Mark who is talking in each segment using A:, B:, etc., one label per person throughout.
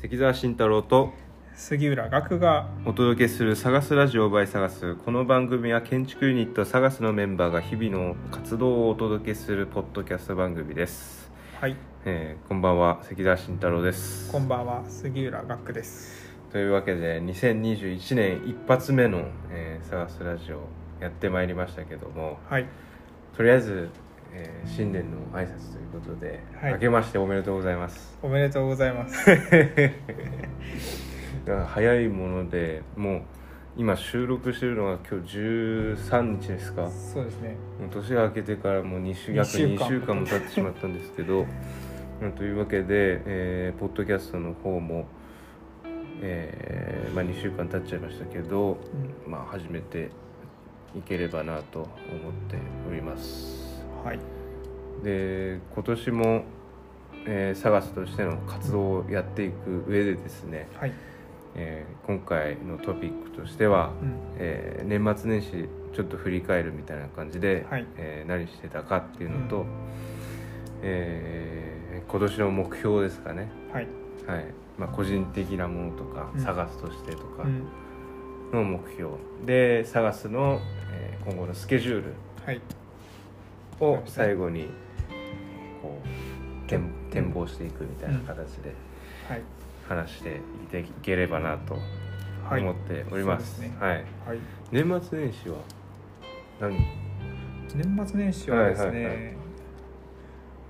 A: 関澤慎太郎と
B: 杉浦岳が
A: お届けする「サガスラジオ by サガス」この番組は建築ユニットサガスのメンバーが日々の活動をお届けするポッドキャスト番組です、
B: はい
A: えーこんばんは関澤慎太郎です
B: こんばんは杉浦岳です
A: というわけで2021年一発目の、えーサガスラジオやってまいりましたけども
B: はい
A: とりあえず、えー新年の挨拶ということで、
B: はい
A: 明けましておめでとうございます
B: おめでとうございます
A: だから早いものでもう今収録してるのが今日13日ですかもう
B: そうですね
A: 年が明けてからもう2週
B: 二
A: 約
B: 週間
A: 2週間も経ってしまったんですけどうんというわけで、えーポッドキャストの方も、えーまあ、2週間経っちゃいましたけど、
B: う
A: まあ、始めていければなと思っております。
B: んはい
A: で今年も、えー、サガスとしての活動をやっていく上でですね、
B: はい
A: えー今回のトピックとしては、
B: うん
A: えー年末年始ちょっと振り返るみたいな感じで、
B: はい
A: えー何してたかっていうのと、
B: う
A: えー今年の目標ですかね、
B: はい
A: はいまあ、個人的なものとか、
B: うん
A: 探すとしてとか
B: うん
A: の目標で探すの、えー今後のスケジュール
B: はい
A: を最後にこう展展望していくみたいな形で
B: はい
A: 話していければなと
B: はい
A: 思っております。
B: そうですね
A: はい
B: はい
A: 年末年始は何
B: 年末年始はですね、
A: はいはいはい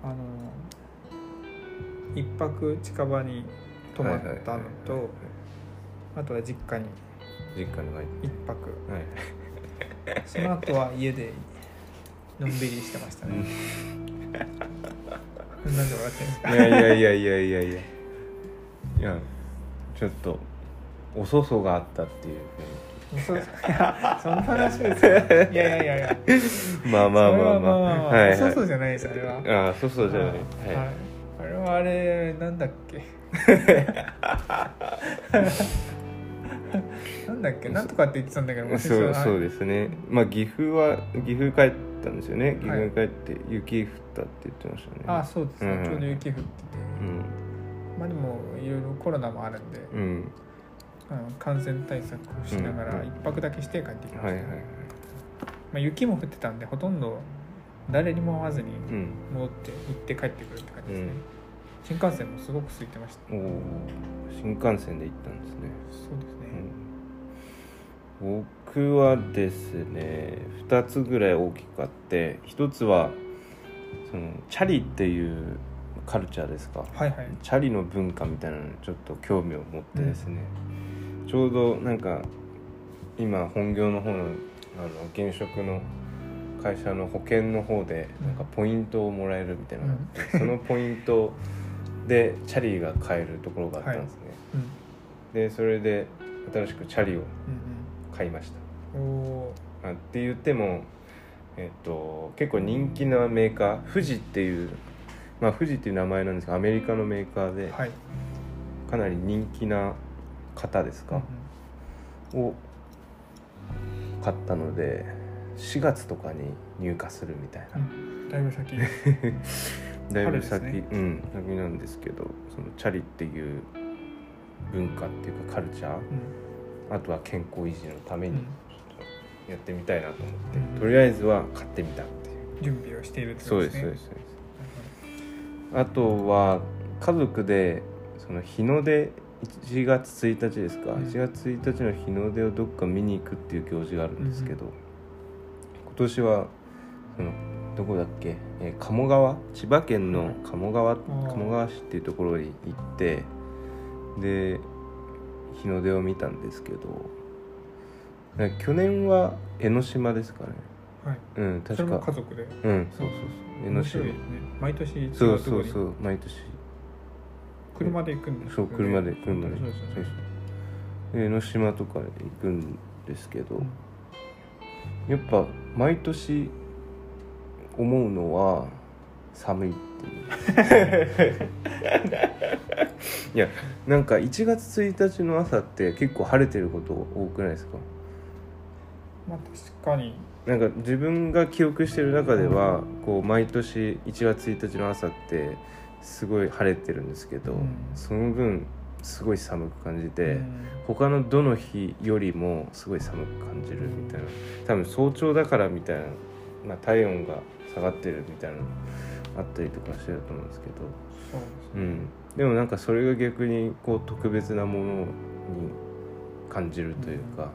B: あの一泊近場に泊まったの
A: はいはいはいは
B: とあとは実家に
A: い実家に帰っ
B: 一泊
A: て、はい
B: その後は家でのんびりしてました ね。なんで笑ってんですか。
A: いやいやいやいやいやいやいやちょっとおそそがあったっていう
B: そうですかいやそんな話ですよ。いやいやいやいや。
A: ふうにまあまあまあまあ
B: それは
A: はいはい
B: そうそうじゃないですあれは。
A: ああそうそうじゃない
B: は
A: はい
B: い。あれはあれなんだっけ。なんだっけなんとかって言ってたんだけど忘れちゃ
A: そうそう
B: う
A: ですねまあ岐阜は岐阜帰ったんですよね岐阜
B: は
A: に
B: い
A: 帰って雪降ったって言ってましたね、
B: あそうですね、
A: うん
B: ちょうど雪降ってて
A: うん
B: まあでもいろいろコロナもあるんで、
A: うん
B: あの感染対策をしなが
A: うんう
B: ら
A: ん
B: 一泊だけして帰ってきました、
A: はいはいはい
B: まあ、雪も降ってたんでほとんど誰にも会わずに
A: うん
B: 戻って行って帰ってくるって感じですね、
A: うん
B: 新幹線もすごく空いてました
A: おお新幹線で行ったんですね
B: そうですね、
A: うん僕はですね2つぐらい大きくあって1つはそのチャリっていうカルチャーですか
B: はいはい
A: チャリの文化みたいなのにちょっと興味を持ってですね、ちょうどなんか今本業の方のあの現職の会社の保険の方でなんかポイントをもらえるみたいなのがあって、そのポイントでチャリが買えるところがあったんですね、
B: うん
A: でそれで新しくチャリを
B: うん
A: 買いまし
B: うんおー
A: たあって言っても、えっと、結構人気なメーカー富士っていう、まあ、富士っていう名前なんですけどアメリカのメーカーで
B: はい
A: かなり人気な方です
B: うんう
A: か
B: ん、
A: を買ったので4月とかに入荷するみたいな、
B: だいぶ 先
A: だいぶ
B: 春
A: 先、
B: ですね
A: うん先なんですけどそのチャリっていう文化っていうかカルチャー
B: うん
A: あとは健康維持のために
B: うん
A: ちょっとやってみたいなと思って、
B: うん
A: とりあえずは買ってみたっていう、
B: 準備をしているってこ
A: そ
B: と
A: う
B: で
A: ですす
B: ね
A: そうですそうですあとは家族でその日の出1月1日ですか、
B: うん
A: 1月1日の日の出をどっか見に行くっていう行事があるんですけど、今年はそのどこだっけ、えー鴨川千葉県の鴨川、
B: ー
A: 鴨川市っていうところに行ってで日の出を見たんですけどなんか去年は江ノ島ですかね
B: はい
A: うん
B: それ
A: 確
B: も
A: か
B: 家族で
A: うんそうそうそう江ノ
B: 面白
A: 島
B: いですね毎年違うとこ
A: そう
B: ろに
A: そうそう毎年
B: 車で行くんです
A: そ
B: よ
A: う
B: ね
A: 車で車で
B: そうですよ
A: そう
B: ね
A: そう江ノ島とか行くんですけど、
B: うん
A: やっぱ毎年思うのは寒いって いういやなんか1月1日の朝って結構晴れてること多くないですか
B: まあ確かに
A: なんか自分が記憶してる中ではこう毎年1月1日の朝ってすごい晴れてるんですけど、
B: うん
A: その分すごい寒く感じて、
B: うん
A: 他のどの日よりもすごい寒く感じるみたいな多分早朝だからみたいな、まあ、体温が下がってるみたいなのあったりとかしてると思うんですけど、
B: そう
A: うん、でもなんかそれが逆にこう特別なものに感じるというか、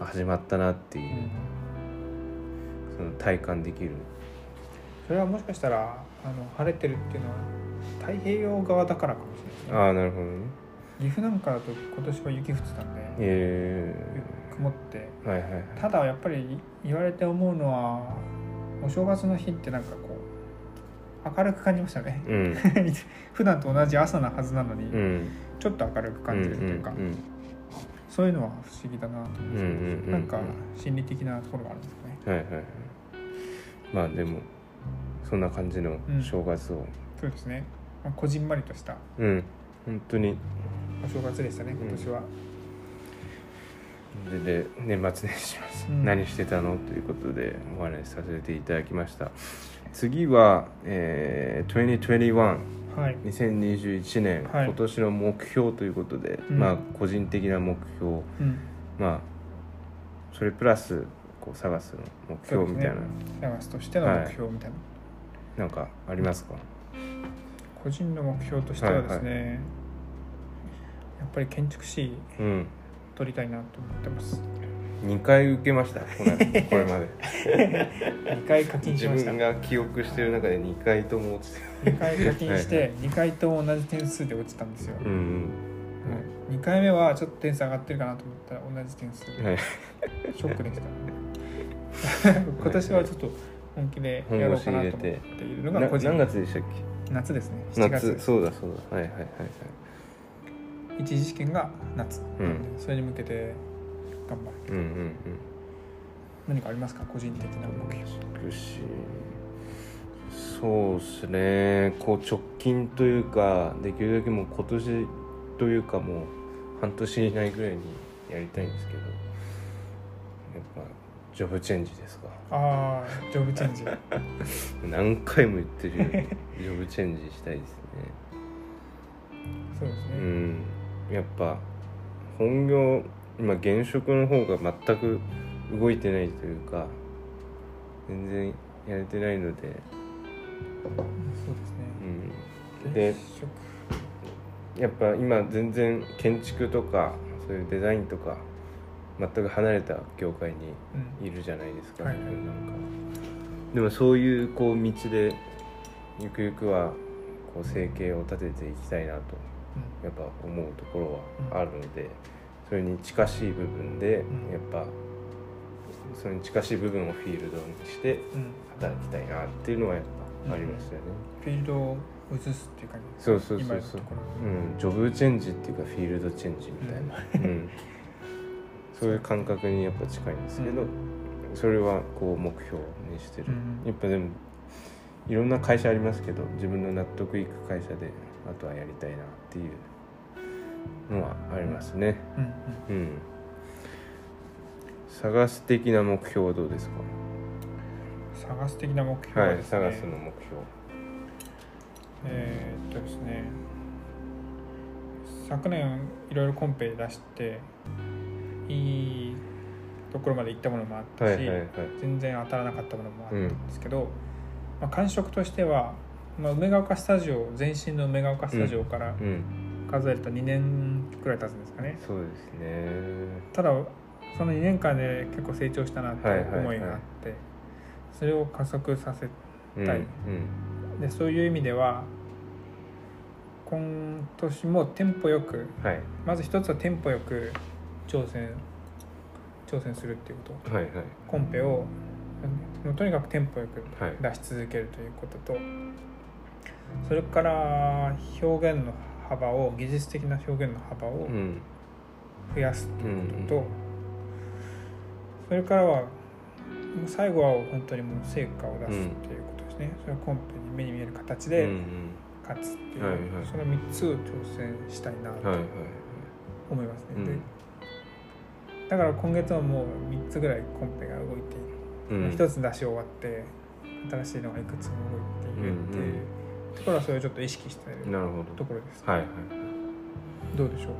A: あ始まったなってい
B: ですね、うん
A: う、その体感できる
B: それはもしかしたらあの晴れてるっていうのは太平洋側だからかもしれないですね
A: ああなるほどね
B: 岐阜なんかだと今年は雪降ってたんで
A: え
B: 曇って
A: ー、はいはいはい
B: ただやっぱり言われて思うのはお正月の日ってなんかこう明るく感じましたね
A: うん
B: 普段と同じ朝なはずなのに、
A: うん
B: ちょっと明るく感じるというか、
A: うんうん
B: そういうのは不思議だなと思うんですけ
A: う
B: ど、
A: んうんうんうん
B: なんか心理的なところがあるんですかね
A: うんはいはいはいまあでもそんな感じの正月を
B: そうですね、まあ、こじんまりとした
A: うん、本当に
B: お正月でしたね今年は、
A: でで年末年始です、
B: うん
A: 何してたのということでお話しさせていただきました次は、えー、
B: はい
A: 20212021年、
B: はい
A: 今年の目標ということで、
B: うん
A: まあ個人的な目標
B: うん
A: まあそれプラスこう探すの目標みたいな、
B: そう探すとしての目標みたいな、
A: なんかありますか
B: 個人の目標としてはですね、やっぱり建築士
A: うん
B: 取りたいなと思ってます
A: 2回受けましたこのこ れまで
B: 2回課金
A: 自
B: しました
A: 分が記憶してる中で2回とも落ちて
B: 2回課金して2回とも同じ点数で落ちたんですよ、
A: るうん
B: 2回目はちょっと点数上がってるかなと思ったら同じ点数で
A: うんはい
B: ショックでした、今年はちょっと本気でやろうかなと思っているのが
A: な
B: 個人
A: 何月でしたっけ
B: 夏ですね7
A: 夏
B: 月
A: そうだそうだはいはいはいはい
B: 一次試験が夏、
A: うん
B: それに向けて頑張
A: うん
B: る
A: うん
B: 何かありますか個人的な目標
A: うん美しいそうですねこう直近というかできるだけもう今年というかもう半年以内ぐらいにやりたいんですけどやっぱジョブチェンジですか
B: ああジョブチェンジ
A: 何回も言ってるようにジョブチェンジしたいですね
B: そうですね、
A: うんやっぱ本業今現職の方が全く動いてないというか全然やれてないので、
B: そうです
A: うん、
B: ね
A: で
B: 現職
A: やっぱ今全然建築とかそういうデザインとか全く離れた業界に
B: うん
A: いるじゃないですか、
B: はい
A: 自分なんかでもそういうこう道でゆくゆくはこう生計を立てていきたいなとやっぱ思うところはあるので、それに近しい部分で、
B: うん
A: やっぱそれに近しい部分をフィールドにして
B: うんうん
A: 働きたいなっていうのはやっぱありましたよね、
B: フィールドを移すっていう感じ
A: そうそうそうそう
B: 今のとこ
A: う
B: ろ
A: んジョブチェンジっていうかフィールドチェンジみたいな、うんそういう感覚にやっぱ近いんですけど、
B: う
A: それはこう目標にしてる、
B: うん
A: やっぱでもいろんな会社ありますけど自分の納得いく会社であとはやりたいなっていうのはありますね、
B: うんう
A: う
B: ん
A: ん探す的な目標はどうです
B: 探す的な目
A: か
B: 標
A: は
B: はいですね、
A: 探すの目標
B: えーっとですね昨年いろいろコンペ出していいところまで行ったものもあった
A: は
B: し、
A: いはいはい
B: 全然当たらなかったものもあった
A: うんん
B: ですけど、まあ、感触としては、まあ、梅ヶ丘スタジオ前身の梅ヶ丘スタジオから
A: うん
B: 数えると2年くらい経つんですかね
A: そうですね
B: ただその2年間で結構成長したなって
A: はいはいはい
B: 思いがあって、それを加速させ
A: うん
B: はいでそういう意味では今年もテンポよく
A: うんはい
B: まず一つはテンポよく挑戦挑戦するっていうこと
A: はいはい
B: コンペをもうとにかくテンポよく
A: はい
B: 出し続けるということとそれから表現の幅を技術的な表現の幅を
A: うん
B: 増やす
A: うん
B: と、それからはもう最後は本当にもう成果を出すっていうことですね、それはコンペに目に見える形
A: うんう
B: で
A: ん
B: 勝つっていう、
A: はいはい
B: その3つを挑戦したいな
A: はいは
B: と
A: い
B: 思いますね、
A: うん
B: でだから今月はもう3つぐらいコンペが動いている
A: うん
B: 一つ出し終わって新しいのがいくつも動いているっていうところはそれをちょっと意識している
A: なるほ
B: と
A: ど
B: ころです、
A: はいはい
B: どうでしょう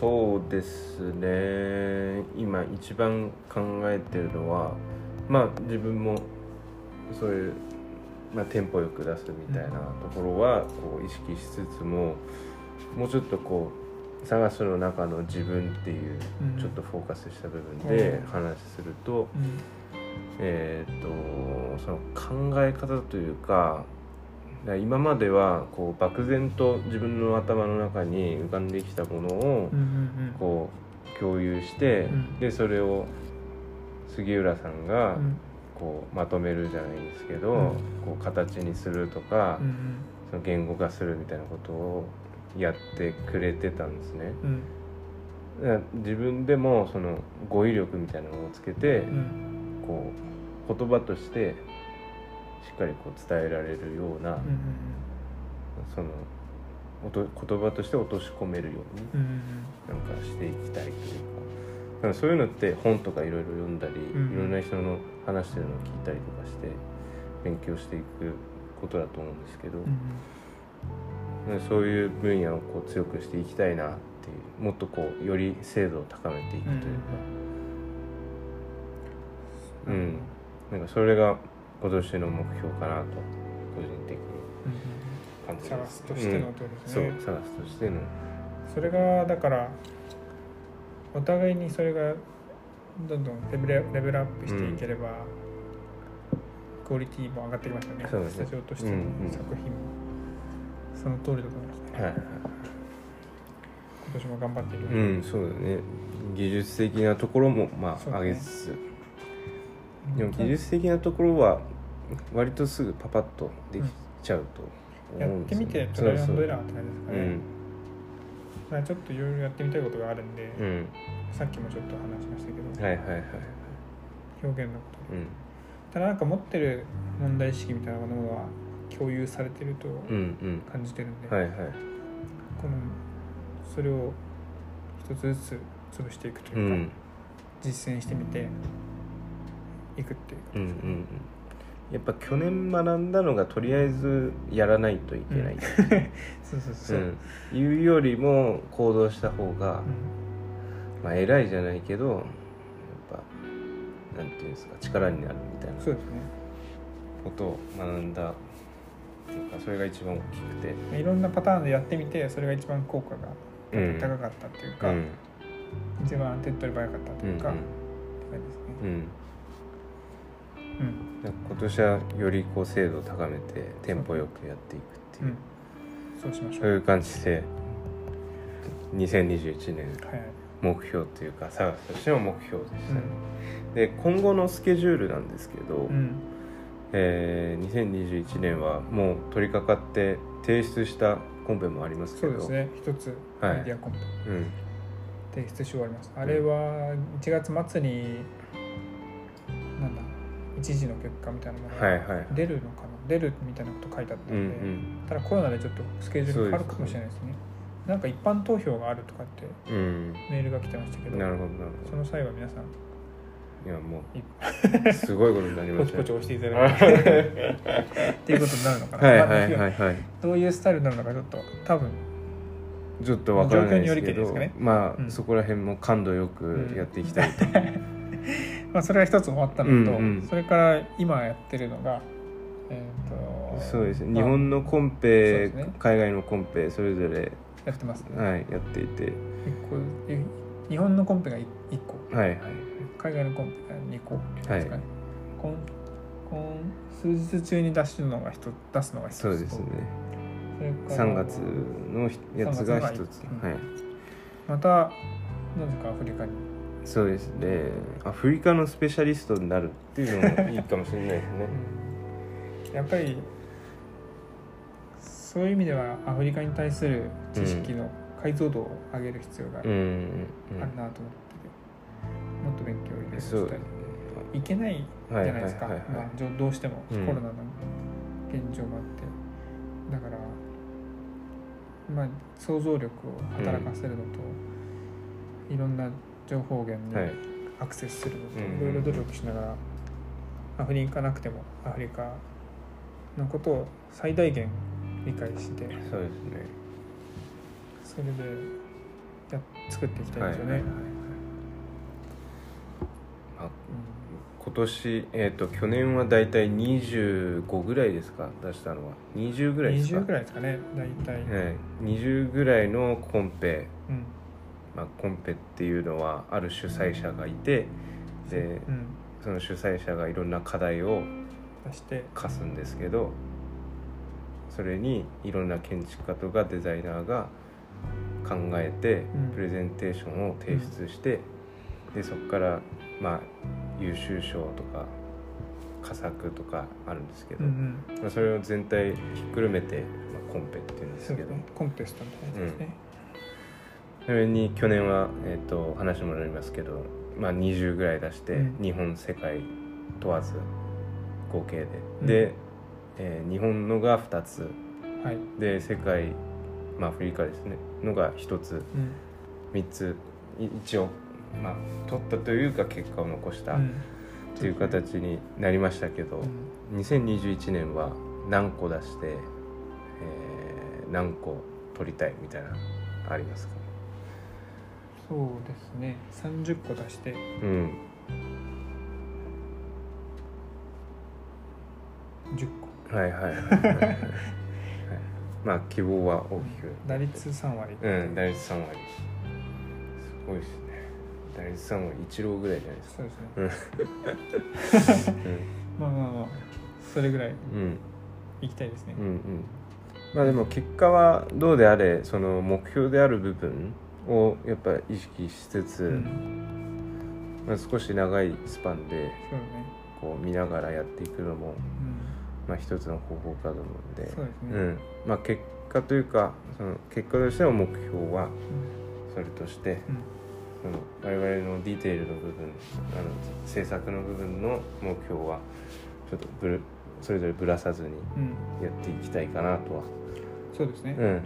A: そうですね今一番考えてるのはまあ自分もそういう、まあ、テンポよく出すみたいなところはこう意識しつつももうちょっとこう探すの中の自分っていう
B: うん
A: ちょっとフォーカスした部分で話すると、
B: うん
A: えーっとその考え方というかだから今まではこう漠然と自分の頭の中に浮かんできたものを
B: うんうんうん
A: こう共有して、
B: うん
A: でそれを杉浦さんが
B: うん
A: こうまとめるじゃないですけど、
B: うん
A: こう形にするとか、
B: うん
A: その言語化するみたいなことをやってくれてたんですね。
B: うん
A: だから自分でもその語彙力みたいなのをつけて、
B: うん
A: こう言葉としてしっかりこう伝えられるような、
B: うんうん
A: そのおと言葉として落とし込めるように
B: うんうん
A: なんかしていきたいというかだからそういうのって本とかいろいろ読んだり、
B: ん
A: いろんな人の話してるのを聞いたりとかして勉強していくことだと思うんですけど、
B: うん
A: そういう分野をこう強くしていきたいなっていうもっとこうより精度を高めていくというか、
B: うん
A: うんなんかそれが今年の目標かなと個人的に感じ
B: 探すとしてのところです
A: そう
B: ね、
A: 探すとしての
B: それがだからお互いにそれがどんどんレベルレベルアップしていければ、クオリティも上がってきましたね
A: そうです
B: ス
A: ね
B: タジオとしての
A: うんうん
B: 作品も、その通りだと思いますね
A: はいはい
B: 今年も頑張っている、
A: うんそうだね技術的なところもま
B: そう
A: あ
B: だね
A: 上げつつ、でも技術的なところは割とすぐパパッとできちゃうと
B: や
A: 思
B: っ
A: うんで
B: て
A: す
B: み
A: よ
B: て
A: ね
B: トライアンドエ
A: そう
B: ラーって感じですか
A: そう
B: ね、
A: うん
B: だからちょっといろいろやってみたいことがあるんで、
A: うん
B: さっきもちょっと話しましたけど、
A: はいはいはい
B: 表現のこと
A: うん
B: ただなんか持ってる問題意識みたいなものは共有されてると
A: うん
B: 感じてるんで、
A: うんはいはい
B: このそれを一つずつ潰していくという
A: う
B: か、
A: ん
B: 実践してみていくっていうか
A: うんうんうんやっぱ去年学んだのがとりあえずやらないといけない、
B: そう そう
A: う
B: そう、
A: ん、いうよりも行動した方が、
B: うん
A: まあ、偉いじゃないけどやっぱなんていうんですか力になるみたいな
B: そうですね
A: ことを学んだっていうかそれが一番大きくて、
B: まあいろんなパターンでやってみてそれが一番効果が
A: うん
B: 高かったっていうか、
A: うん
B: 一番手っ取り早かったと
A: う
B: い
A: ん
B: うか、って感じですね
A: うんうん
B: うん
A: だから今年はよりこう精度を高めてテンポよくやっていくってい
B: うん
A: う、
B: そうしましょ
A: そう
B: う、
A: いう感じで2021年
B: はいはい
A: 目標というか探すとしての目標でしたね、で今後のスケジュールなんですけど、
B: うん
A: えー2021年はもう取り掛かって提出したコンペもありますけ
B: そう
A: ど
B: ですね一つ
A: はい
B: メディアコンペ
A: うん
B: 提出し終わりましたあれは1月末になんだ一時の結果みたいなもの
A: はい
B: が
A: はい
B: 出るのかな、出るみたいなこと書いてあった
A: うん
B: ので、ただコロナでちょっとスケジュール変わる
A: そうですね
B: かもしれないですねなんか一般投票があるとかって
A: うん
B: メールが来てましたけ
A: う
B: ど
A: んなるほどなる
B: その際は皆さん
A: ほどいやも
B: いう
A: すごいことになりま
B: ポ
A: し
B: チ
A: た
B: ポチ
A: ね
B: 押していただいて っていうことになるのかな、
A: はい
B: まあ
A: はい
B: ま
A: は
B: あ
A: いはい
B: どういうスタイルになるのかちょっと多分
A: ちょっとわからないですけ
B: 状況によりけりで
A: ど
B: すかね
A: ま
B: う
A: あ
B: ん
A: そこら辺も感度よくやっていきたいと
B: まあ、それが一つ終わったのと、
A: うんうん
B: それから今やってるのが、えー、と
A: そうですね
B: ま
A: 日
B: あ
A: 本のコン
B: そ
A: ペ
B: うですね
A: 海外のコンペそれぞれ
B: やってますね、
A: はいやっていて
B: 一個え日本のコンペが1個
A: はいはい
B: 海外のコンペが2個ですか
A: は
B: ね、こんこん数日中に出すのが一つ出すのが一つ
A: そうですね
B: それか
A: 3
B: ら
A: 月のやつが一つ
B: うん
A: はい
B: また何時かアフリカに
A: そうですねアフリカのスペシャリストになるっていうのもいいかもしれないですね
B: やっぱりそういう意味ではアフリカに対する知識の解像度を上げる必要があ
A: うん
B: る
A: うん
B: なと思ってて、もっと勉強をいろいろし
A: そう
B: たりいけないじゃないですか、
A: はいはいはいはい
B: まあじょどうしてもコ
A: う
B: ロ
A: ん
B: ナの現状もあって、だから、まあ、想像力を働かせるのと、いろんな情報源
A: は
B: に
A: い
B: アクセスするのと、
A: うん
B: いろいろ努力しながらアフリカなくてもアフリカのことを最大限理解し
A: そ
B: て
A: うですね
B: それで作っていきたい
A: は
B: で
A: い
B: すよ
A: はい
B: ね
A: はい。あ今年、えー、と去年はだいたい25ぐらいですか出したのは20ぐらいですか
B: 20ぐらいですかね大体、
A: はい、20ぐらいのコンペ、
B: うん
A: まあ、コンペっていうのはある主催者がいてで
B: うん、
A: その主催者がいろんな課題を
B: 出して
A: 課すんですけどそれにいろんな建築家とかデザイナーが考えて
B: うん
A: プレゼンテーションを提出して、でそこからまあ優秀賞とか佳作とかあるんですけど、
B: うん
A: まあ、それを全体ひっくるめて、まあ、コンペっていうん
B: うん、
A: です
B: そう
A: け
B: です
A: ど
B: ねコンテストみたいなやつですね、
A: それに去年は、えー、と話もなりますけど、まあ、20ぐらい出して、
B: うん
A: 日本世界問わず合計で、
B: うん
A: で、えー日本のが2つ
B: はい、う
A: で世界、まあ、アフリカですねのが1つ
B: ん
A: 3つい一応、まあ、取ったというか結果を残した
B: う
A: っ
B: ん
A: ていう形になりましたけど、
B: うん
A: 2021年は何個出して、えー何個取りたいみたいなありますか
B: そうですね30個出して
A: うん
B: 10個
A: はいはいはいはいはいはい まあ希望は大きく
B: 打率3割
A: うん打率3割すごいですね打率3割一郎ぐらいじゃないですか
B: そうですね、
A: うん
B: まあまあまあそれぐらい
A: うん
B: いきたいですね
A: うんうんまあでも結果はどうであれその目標である部分をやっぱ意識しつつ、
B: うん
A: まあ、少し長いスパンで
B: そうだね
A: こう見ながらやっていくのも、
B: う
A: まあ、一つの方法かと思うんで
B: んそうですね
A: うんまあ、結果というかその結果としての目標はそれとして
B: うん
A: その我々のディテールの部分あの制作の部分の目標はちょっとぶるそれぞれぶらさずに
B: うん、うん
A: やっていきたいかなとは、
B: そうですね、
A: うん、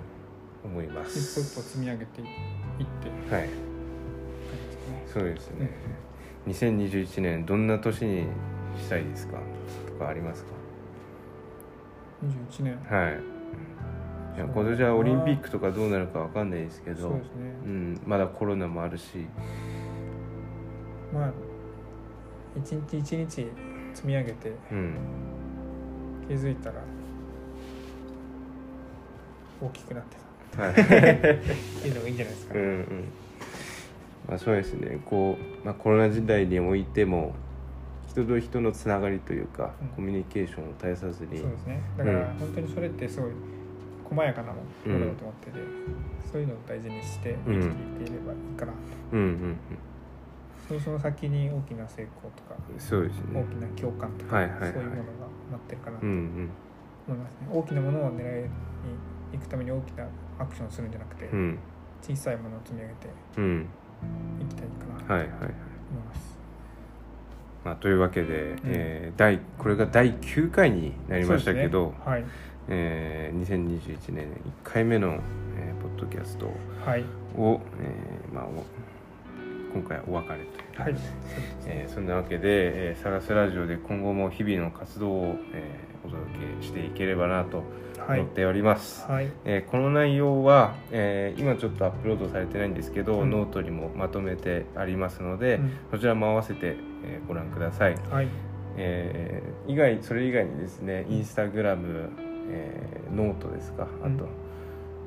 A: 思いま
B: 一歩一歩
A: す。
B: 積み上げていって
A: はい、
B: ですね
A: そうですね。2021年どんな年にしたいですかとかあります
B: 21年
A: か。はい。いや今年はオリンピックとかどうなるかわかんないですけど、
B: そうですね
A: うん、まだコロナもあるし、
B: まあ一日一日積み上げて
A: うん、
B: 気づいたら大きくなってた
A: はい。
B: っていうのがいいんじゃないですか
A: うん
B: ね、
A: うんまあ、そうですねこう、まあ、コロナ時代においても人と人のつながりというか、
B: うん
A: コミュニケーションを絶やさずに
B: そうですねだから
A: うん
B: 本当にそれってすごい細やかなものだと思ってて、そういうのを大事にして生きていければいいかな、
A: うんうん
B: そういうその先に大きな成功とか
A: うんそうです
B: 大
A: ね
B: きな共感とか、
A: はいはいはい
B: そういうものが待ってるかなと
A: うん
B: 思い
A: うん
B: ますね、大きなものを狙いに行くために大きなアクションをするんじゃなくて、
A: うん
B: 小さいものを積み上げて
A: うん
B: いきたいかなと
A: はいはいはい、
B: 思います、
A: まあ、というわけで、えー第これが第9回になりましたけど、
B: そうで
A: えー2021年1回目の、えーポッドキャスト
B: すねはいはい
A: を、えーまあ、お今回はお別れという
B: はい
A: えーそんなわけで、えー、サガスラジオで今後も日々の活動を、えーお届けしていければなと
B: は
A: 思
B: い
A: っております、
B: はい
A: えーこの内容は、えー今ちょっとアップロードされてないんですけど、
B: うん
A: ノートにもまとめてありますので、
B: うん
A: そちらも合わせて、えーご覧ください、
B: はい
A: えー以外それ以外にですねインスタグラム、えーノートですかあ
B: うん
A: と、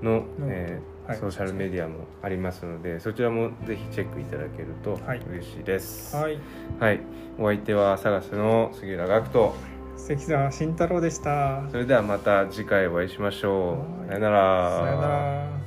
A: の、
B: ノート
A: えー
B: はい
A: ソーシャルメディアもありますのでそちらもぜひチェックいただけると
B: はい
A: 嬉しいです、
B: はい
A: はい、お相手はサガスの杉浦学人。
B: 関澤慎太郎でした
A: それではまた次回お会いしましょう。
B: はい
A: さよなら。
B: さよなら